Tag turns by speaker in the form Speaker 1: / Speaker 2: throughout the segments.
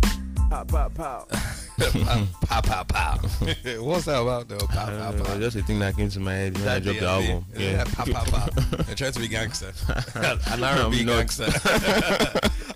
Speaker 1: pop, pop, pop.
Speaker 2: Pop, pop, pop. What's that about though? Pop,
Speaker 3: Uh,
Speaker 2: pop, pop.
Speaker 3: Just the thing that came to my head when I dropped the
Speaker 2: DMV.
Speaker 3: album.
Speaker 2: Is
Speaker 3: Yeah.
Speaker 2: that Pop, pop, pop. I tried to be gangster. An
Speaker 3: I'm
Speaker 2: R&B
Speaker 3: not.
Speaker 2: gangster.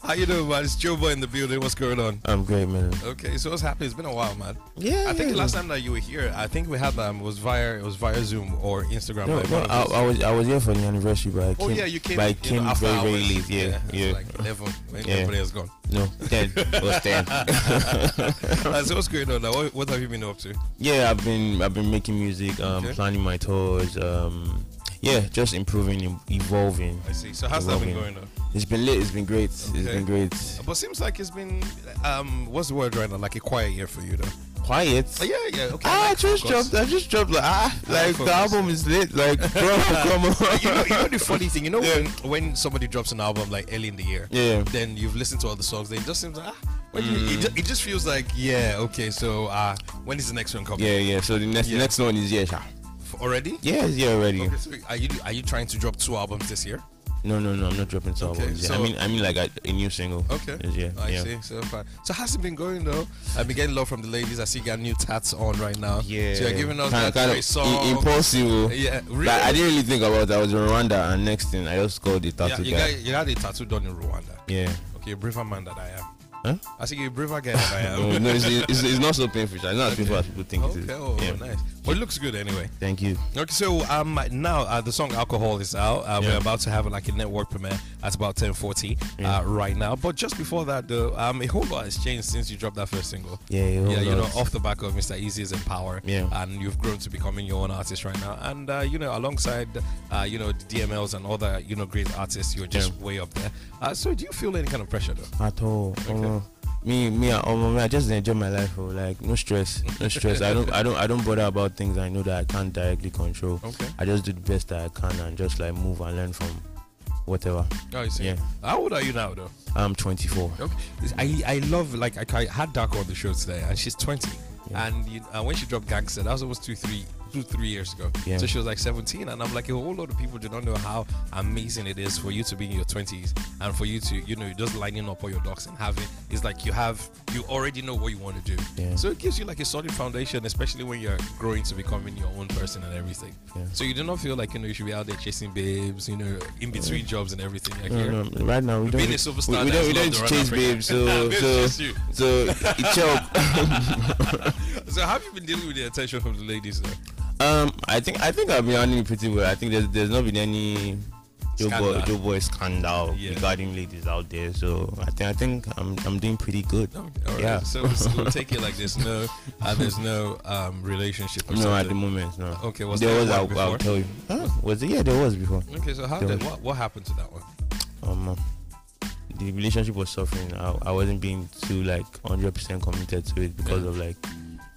Speaker 2: How you doing, man? It's Joe Boy in the building. What's going on?
Speaker 3: I'm great, man.
Speaker 2: Okay, so what's happening? It's been a while, man.
Speaker 3: Yeah,
Speaker 2: I think
Speaker 3: yeah.
Speaker 2: the last time that you were here, I think we had um was via it was via Zoom or Instagram.
Speaker 3: No,
Speaker 2: like
Speaker 3: no,
Speaker 2: one of
Speaker 3: I,
Speaker 2: those.
Speaker 3: I was I was here for the anniversary, but I came.
Speaker 2: oh yeah, you came.
Speaker 3: But I
Speaker 2: you know,
Speaker 3: came
Speaker 2: after
Speaker 3: very very
Speaker 2: hours.
Speaker 3: late. Yeah,
Speaker 2: it was
Speaker 3: yeah.
Speaker 2: Like eleven when
Speaker 3: Yeah.
Speaker 2: everybody has gone.
Speaker 3: no, ten. It was ten.
Speaker 2: Uh, so what's going on? Now? What, what have you been up to?
Speaker 3: yeah, I've been I've been making music, um,
Speaker 2: Okay.
Speaker 3: planning my tours. Um, yeah, just improving, evolving.
Speaker 2: I see. So how's that been
Speaker 3: Evolving.
Speaker 2: going on?
Speaker 3: It's been lit. It's been great. It's
Speaker 2: Okay.
Speaker 3: been great.
Speaker 2: But seems like it's been um what's the word right now? Like a quiet year for you though.
Speaker 3: Quiet.
Speaker 2: Uh, yeah, yeah. Okay.
Speaker 3: Ah, I
Speaker 2: like
Speaker 3: just
Speaker 2: focus.
Speaker 3: dropped. I just dropped. Like, ah, like the
Speaker 2: focus.
Speaker 3: album is lit. Like, bro, come on.
Speaker 2: you know, you know the funny thing, you know
Speaker 3: Yeah.
Speaker 2: when, when somebody drops an album like early in the year,
Speaker 3: Yeah. Mm.
Speaker 2: then you've listened to all the songs, then it just seems like ah, when did it, it, ju- it just feels like yeah, okay, so uh, when is the next one coming?
Speaker 3: Yeah, yeah. So the next
Speaker 2: Yeah.
Speaker 3: the next one is yeah, sha.
Speaker 2: F- already?
Speaker 3: yeah, yeah already.
Speaker 2: Okay, so are you are you trying to drop two albums this year?
Speaker 3: No, no, no. I'm not dropping two
Speaker 2: Okay,
Speaker 3: albums. Yeah.
Speaker 2: so-
Speaker 3: I mean, I mean like a, a new single.
Speaker 2: Okay.
Speaker 3: Is- Yeah,
Speaker 2: I
Speaker 3: yeah.
Speaker 2: see. So far. So how's it been going though? I've been getting love from the ladies. I see you got new tats on right now.
Speaker 3: Yeah.
Speaker 2: So you're giving us
Speaker 3: kind,
Speaker 2: that
Speaker 3: kind
Speaker 2: great
Speaker 3: of
Speaker 2: song.
Speaker 3: i- impossible.
Speaker 2: yeah. Really?
Speaker 3: Like, I didn't really think about that. I was in Rwanda, and next thing I just called the
Speaker 2: yeah,
Speaker 3: tattoo
Speaker 2: you
Speaker 3: guy.
Speaker 2: got you had a tattoo done in Rwanda.
Speaker 3: yeah.
Speaker 2: Okay, braver man that I am.
Speaker 3: Huh?
Speaker 2: I see you're a braver guy than I
Speaker 3: No,
Speaker 2: am.
Speaker 3: no, it's, it's, it's not so painful. sha. It's not as painful as people think it
Speaker 2: okay,
Speaker 3: is.
Speaker 2: oh,
Speaker 3: yeah.
Speaker 2: nice. But it looks good anyway.
Speaker 3: Thank you.
Speaker 2: Okay, so um now uh, the song "Alcohol" is out. Uh, We're
Speaker 3: Yeah.
Speaker 2: about to have like a network premiere at about ten forty
Speaker 3: Yeah.
Speaker 2: uh, right now. But just before that, though, um, a whole lot has changed since you dropped that first single.
Speaker 3: Yeah, a whole
Speaker 2: yeah, you know,
Speaker 3: lot.
Speaker 2: off the back of Mr. Easy's Empower.
Speaker 3: Yeah.
Speaker 2: and you've grown to becoming your own artist right now. And uh, you know, alongside uh, you know the DMLs and other you know great artists, you're just way up there. Uh, so do you feel any kind of pressure though?
Speaker 3: at all. Omo, me, me, I- omo, me, I just enjoy my life. Oh, like no stress, no stress. I don't, I don't, I don't bother about things I know that I can't directly control.
Speaker 2: Okay.
Speaker 3: I just do the best that I can and just like move and learn from whatever.
Speaker 2: Oh, you see.
Speaker 3: Yeah.
Speaker 2: How old are you now though?
Speaker 3: I'm 24.
Speaker 2: Okay. I, I love like I, I had Darko on the show today, and she's 20.
Speaker 3: Yeah.
Speaker 2: And you, uh, when she dropped Gangster, that was almost two, three, two, three years ago.
Speaker 3: Yeah.
Speaker 2: So she was like 17, and I'm like a whole lot of people do not know how amazing it is for you to be in your 20s and for you to you know just lining up all your docs and having it's like you have you already know what you want to do.
Speaker 3: Yeah.
Speaker 2: So it gives you like a solid foundation, especially when you're growing to becoming your own person and everything.
Speaker 3: Yeah.
Speaker 2: So you do not feel like you know you should be out there chasing babes, you know, in between jobs and everything. Like,
Speaker 3: No,
Speaker 2: here.
Speaker 3: no, right now we don't.
Speaker 2: Being a
Speaker 3: we-
Speaker 2: superstar
Speaker 3: we,
Speaker 2: that
Speaker 3: don't.
Speaker 2: has
Speaker 3: We
Speaker 2: loved
Speaker 3: don't
Speaker 2: around
Speaker 3: chase
Speaker 2: Africa.
Speaker 3: babes. So,
Speaker 2: Babes
Speaker 3: so,
Speaker 2: chase you.
Speaker 3: so, it's up.
Speaker 2: So how have you been dealing with the attention from the ladies though?
Speaker 3: um, I think, I think I've been handling it pretty well. I think there's, there's not been any. Joe boy,
Speaker 2: Scandal.
Speaker 3: Joe boy scandal
Speaker 2: Yeah.
Speaker 3: regarding ladies out there. So I think I think I'm I'm doing pretty good.
Speaker 2: Okay, all right.
Speaker 3: Yeah.
Speaker 2: So we'll, so we'll take it like there's no, uh, there's no um relationship. Or
Speaker 3: No, at the
Speaker 2: something.
Speaker 3: moment, no.
Speaker 2: Okay, was
Speaker 3: there
Speaker 2: there
Speaker 3: was?
Speaker 2: one
Speaker 3: I'll, I'll
Speaker 2: before?
Speaker 3: tell you. Huh? Was it? Yeah, there was before.
Speaker 2: Okay, so how
Speaker 3: There
Speaker 2: did
Speaker 3: was-
Speaker 2: what, what happened to that one?
Speaker 3: Um, uh, the relationship was suffering. I, I wasn't being too like 100% committed to it because
Speaker 2: Yeah.
Speaker 3: of like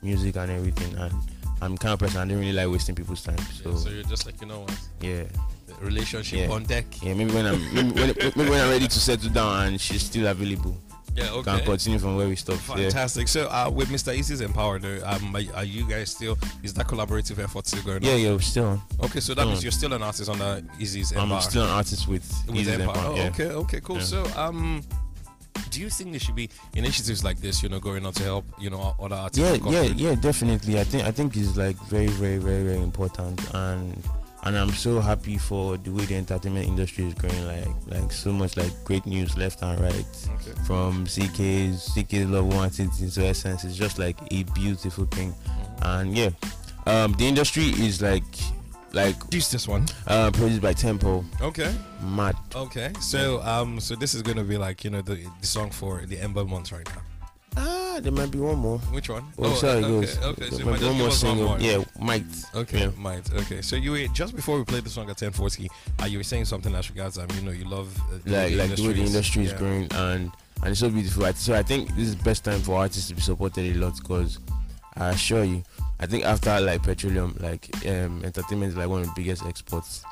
Speaker 3: music and everything. And I'm the kind of person I do not really like wasting people's time. So
Speaker 2: Yeah, so you're just like you know what,
Speaker 3: yeah,
Speaker 2: the relationship
Speaker 3: Yeah.
Speaker 2: on deck.
Speaker 3: yeah. Maybe when I'm maybe when, maybe when I'm ready to settle down and she's still available,
Speaker 2: Yeah,
Speaker 3: we can
Speaker 2: okay.
Speaker 3: continue from where we stopped. Yeah.
Speaker 2: Fantastic. So uh, with Mr. Easy's Empower, though, um, are, are you guys still? Is that collaborative effort still going on?
Speaker 3: Yeah, yeah, we're still on.
Speaker 2: Okay, so that
Speaker 3: Mm.
Speaker 2: means you're still an artist on the Easy's
Speaker 3: I'm
Speaker 2: Empower.
Speaker 3: still an artist with,
Speaker 2: with
Speaker 3: Yeezy
Speaker 2: Empire.
Speaker 3: Empire,
Speaker 2: Oh,
Speaker 3: yeah.
Speaker 2: Okay, okay, cool.
Speaker 3: Yeah.
Speaker 2: So, um, do you think there should be initiatives like this, you know, going on to help, you know, other artists?
Speaker 3: yeah
Speaker 2: recover?
Speaker 3: yeah yeah definitely i think i think it's like very very very very important and and i'm so happy for the way the entertainment industry is growing like like so much like great news left and right
Speaker 2: Okay.
Speaker 3: from ck's ck's love wanted into essence it's just like a beautiful thing and yeah um the industry is like like
Speaker 2: Use this one.
Speaker 3: uh produced by tempo
Speaker 2: Okay.
Speaker 3: mad
Speaker 2: Okay. So, um, so this is gonna be like, you know, the, the song for the Ember month right now.
Speaker 3: ah there might be one more
Speaker 2: Which one?
Speaker 3: well oh, sorry
Speaker 2: okay,
Speaker 3: it goes
Speaker 2: Okay. So,
Speaker 3: There
Speaker 2: you
Speaker 3: might
Speaker 2: might
Speaker 3: be
Speaker 2: just
Speaker 3: one
Speaker 2: give
Speaker 3: more
Speaker 2: us one
Speaker 3: single
Speaker 2: more.
Speaker 3: yeah might
Speaker 2: Okay,
Speaker 3: Yeah.
Speaker 2: might. Okay, so you were just before we played the song at ten forty, uh, you were saying something as regards, um, you know, you love uh, the way
Speaker 3: like like the way the industry is
Speaker 2: yeah.
Speaker 3: growing and and it's so beautiful. I- So I think this is best time for artists to be supported a lot because I assure you, I think after like petroleum, like um, entertainment is like one of the biggest exports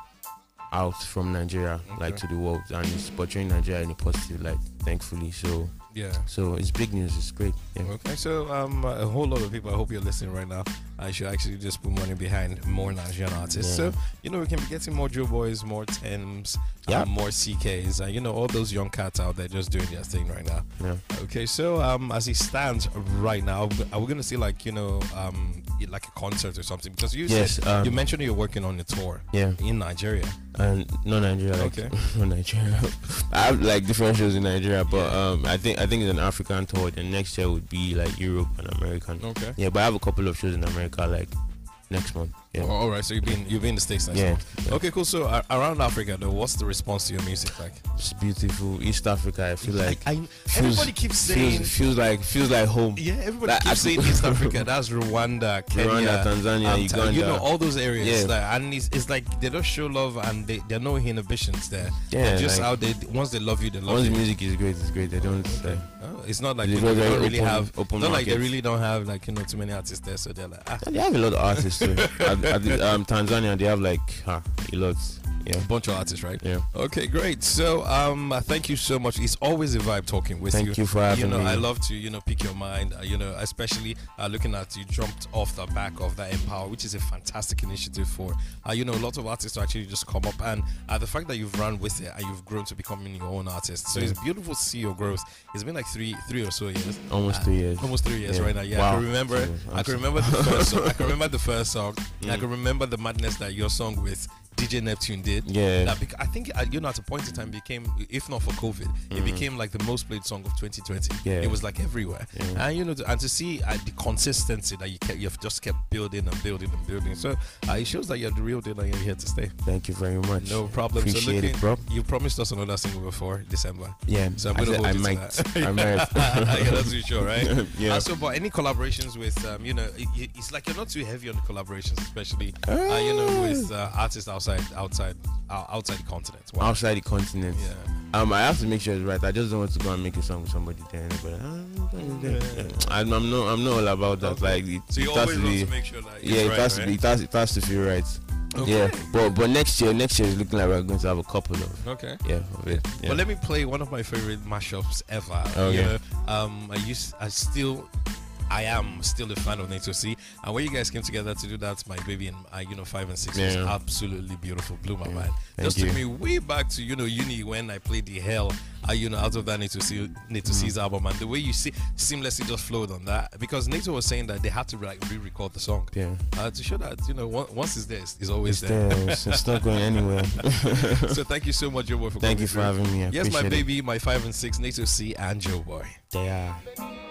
Speaker 3: out from Nigeria like
Speaker 2: Okay.
Speaker 3: to the world, and it's portraying Nigeria in a positive light, thankfully. So
Speaker 2: Yeah.
Speaker 3: so it's big news. It's great. Yeah.
Speaker 2: Okay, so um, a whole lot of people. I hope you're listening right now. I should actually just put money behind more Nigerian artists.
Speaker 3: Yeah.
Speaker 2: So you know we can be getting more Joe Boys, more Thames,
Speaker 3: Yeah.
Speaker 2: um, more CKs, and you know all those young cats out there just doing their thing right now.
Speaker 3: Yeah.
Speaker 2: Okay, so um, as it stands right now, are we gonna see like you know um like a concert or something? Because you
Speaker 3: Yes,
Speaker 2: said
Speaker 3: um,
Speaker 2: you mentioned you're working on a tour
Speaker 3: Yeah.
Speaker 2: in Nigeria.
Speaker 3: And no Nigeria. Like,
Speaker 2: Okay.
Speaker 3: no Nigeria. I have like different shows in Nigeria, but um, I think I think it's an African tour. The next year would be like Europe and American.
Speaker 2: Okay.
Speaker 3: Yeah, but I have a couple of shows in America like next month. Yeah.
Speaker 2: Oh, all right. So you've been you've been in the states next
Speaker 3: Yeah,
Speaker 2: month.
Speaker 3: yeah.
Speaker 2: Okay, cool. So uh, around Africa, though, what's the response to your music like?
Speaker 3: It's beautiful. East Africa. I feel like
Speaker 2: I, everybody keeps saying.
Speaker 3: feels, feels like feels like home.
Speaker 2: yeah, everybody
Speaker 3: Like,
Speaker 2: keeps
Speaker 3: I-
Speaker 2: saying East Africa. That's Rwanda, Kenya,
Speaker 3: Rwanda, Tanzania,
Speaker 2: um, Ta-
Speaker 3: Uganda.
Speaker 2: You know all those areas.
Speaker 3: Yeah.
Speaker 2: that- and it's, it's like they don't show love, and they, there are no inhibitions there.
Speaker 3: Yeah,
Speaker 2: They're just
Speaker 3: like-
Speaker 2: how they once they love you, they love
Speaker 3: Once
Speaker 2: you.
Speaker 3: music is great, it's great. They don't. Like,
Speaker 2: Oh, it's not like
Speaker 3: It's
Speaker 2: you know,
Speaker 3: very,
Speaker 2: they
Speaker 3: very
Speaker 2: don't really
Speaker 3: open-
Speaker 2: have.
Speaker 3: open
Speaker 2: not like they
Speaker 3: market.
Speaker 2: really don't have like you know too many artists there, so they're like ah,
Speaker 3: they have a lot of artists too. At- at the- um, Tanzania, they have like huh, a lot. Yeah.
Speaker 2: a bunch of artists, right?
Speaker 3: Yeah.
Speaker 2: Okay, great. So, um, uh, thank you so much. It's always a vibe talking with
Speaker 3: Thank
Speaker 2: you.
Speaker 3: you for having
Speaker 2: You know,
Speaker 3: me.
Speaker 2: I love to you know pick your mind. Uh, you know, especially uh, looking at you jumped off the back of that Empower, which is a fantastic initiative for uh, you know a lot of artists to actually just come up and uh, the fact that you've run with it and you've grown to becoming your own artist. So it's beautiful to see your growth. It's been like three three or so years.
Speaker 3: Almost three years.
Speaker 2: Ah, Almost three years
Speaker 3: Yeah.
Speaker 2: right now. Yeah, I
Speaker 3: Wow.
Speaker 2: can remember.
Speaker 3: Yeah,
Speaker 2: I can remember the first. Song. I can remember the first song.
Speaker 3: Mm.
Speaker 2: I can remember the madness that your song with DJ Neptune did.
Speaker 3: Yeah.
Speaker 2: That bec- I think uh, you know at a point in time became, if not for COVID, it became like the most played song of 2020.
Speaker 3: Mm. Yeah.
Speaker 2: It was like everywhere, and you know, to- and to see uh, the consistency that you kept, you've just kept building and building and building. So uh, it shows that you're the real deal and you're here to stay.
Speaker 3: Thank you very much.
Speaker 2: No problem. so
Speaker 3: Appreciate
Speaker 2: looking,
Speaker 3: it, bro.
Speaker 2: You promised us another single before December.
Speaker 3: Yeah.
Speaker 2: So I'm
Speaker 3: I
Speaker 2: gonna
Speaker 3: said
Speaker 2: hold
Speaker 3: I
Speaker 2: you to
Speaker 3: might.
Speaker 2: that.
Speaker 3: I might.
Speaker 2: yeah, that's for sure, right?
Speaker 3: Yeah.
Speaker 2: Uh, so, but any collaborations with, um, you know, it, it- it's like you're not too heavy on the collaborations, especially, uh, you know,
Speaker 3: Ah.
Speaker 2: with uh, artists outside, outside, uh, outside the continent. Wow.
Speaker 3: Outside the continent.
Speaker 2: Yeah.
Speaker 3: Um, I have to make sure it's right. I just don't want to go and make a song with somebody there. But uh, I'm, I'm not. I'm not all about that.
Speaker 2: Okay.
Speaker 3: Like it,
Speaker 2: So you
Speaker 3: it has
Speaker 2: always
Speaker 3: to
Speaker 2: want
Speaker 3: be.
Speaker 2: to make sure that it's
Speaker 3: Yeah, it
Speaker 2: right,
Speaker 3: has to
Speaker 2: right?
Speaker 3: be. It has, it has to feel right.
Speaker 2: Okay.
Speaker 3: Yeah. But but next year, next year is looking like we're going to have a couple of.
Speaker 2: Okay.
Speaker 3: Yeah. Of it. Yeah.
Speaker 2: Well, let me play one of my favorite mashups ever. You
Speaker 3: Okay.
Speaker 2: know, um, I used, I still, I am still a fan of Nato C. And when you guys came together to do that, my baby and I, you know, five and six was
Speaker 3: Yeah.
Speaker 2: absolutely beautiful. Blew my mind.
Speaker 3: Thank
Speaker 2: Just took
Speaker 3: you.
Speaker 2: me way back to you know uni when I played the hell, uh, you know, out of that Nato C,
Speaker 3: Mm.
Speaker 2: Nato C's album, and the way you see seamlessly just flowed on that because Nato was saying that they had to like re-record the song.
Speaker 3: Yeah.
Speaker 2: Uh, to show that you know on- once it's there, it's it's always
Speaker 3: It's there. It's, it's not going anywhere.
Speaker 2: so thank you so much, Joe Boy, for
Speaker 3: Thank
Speaker 2: coming
Speaker 3: you for
Speaker 2: through.
Speaker 3: having me. I
Speaker 2: yes, my
Speaker 3: appreciate it.
Speaker 2: baby, my five and six, NATO C, and Joe Boy.
Speaker 3: They are.
Speaker 1: Baby,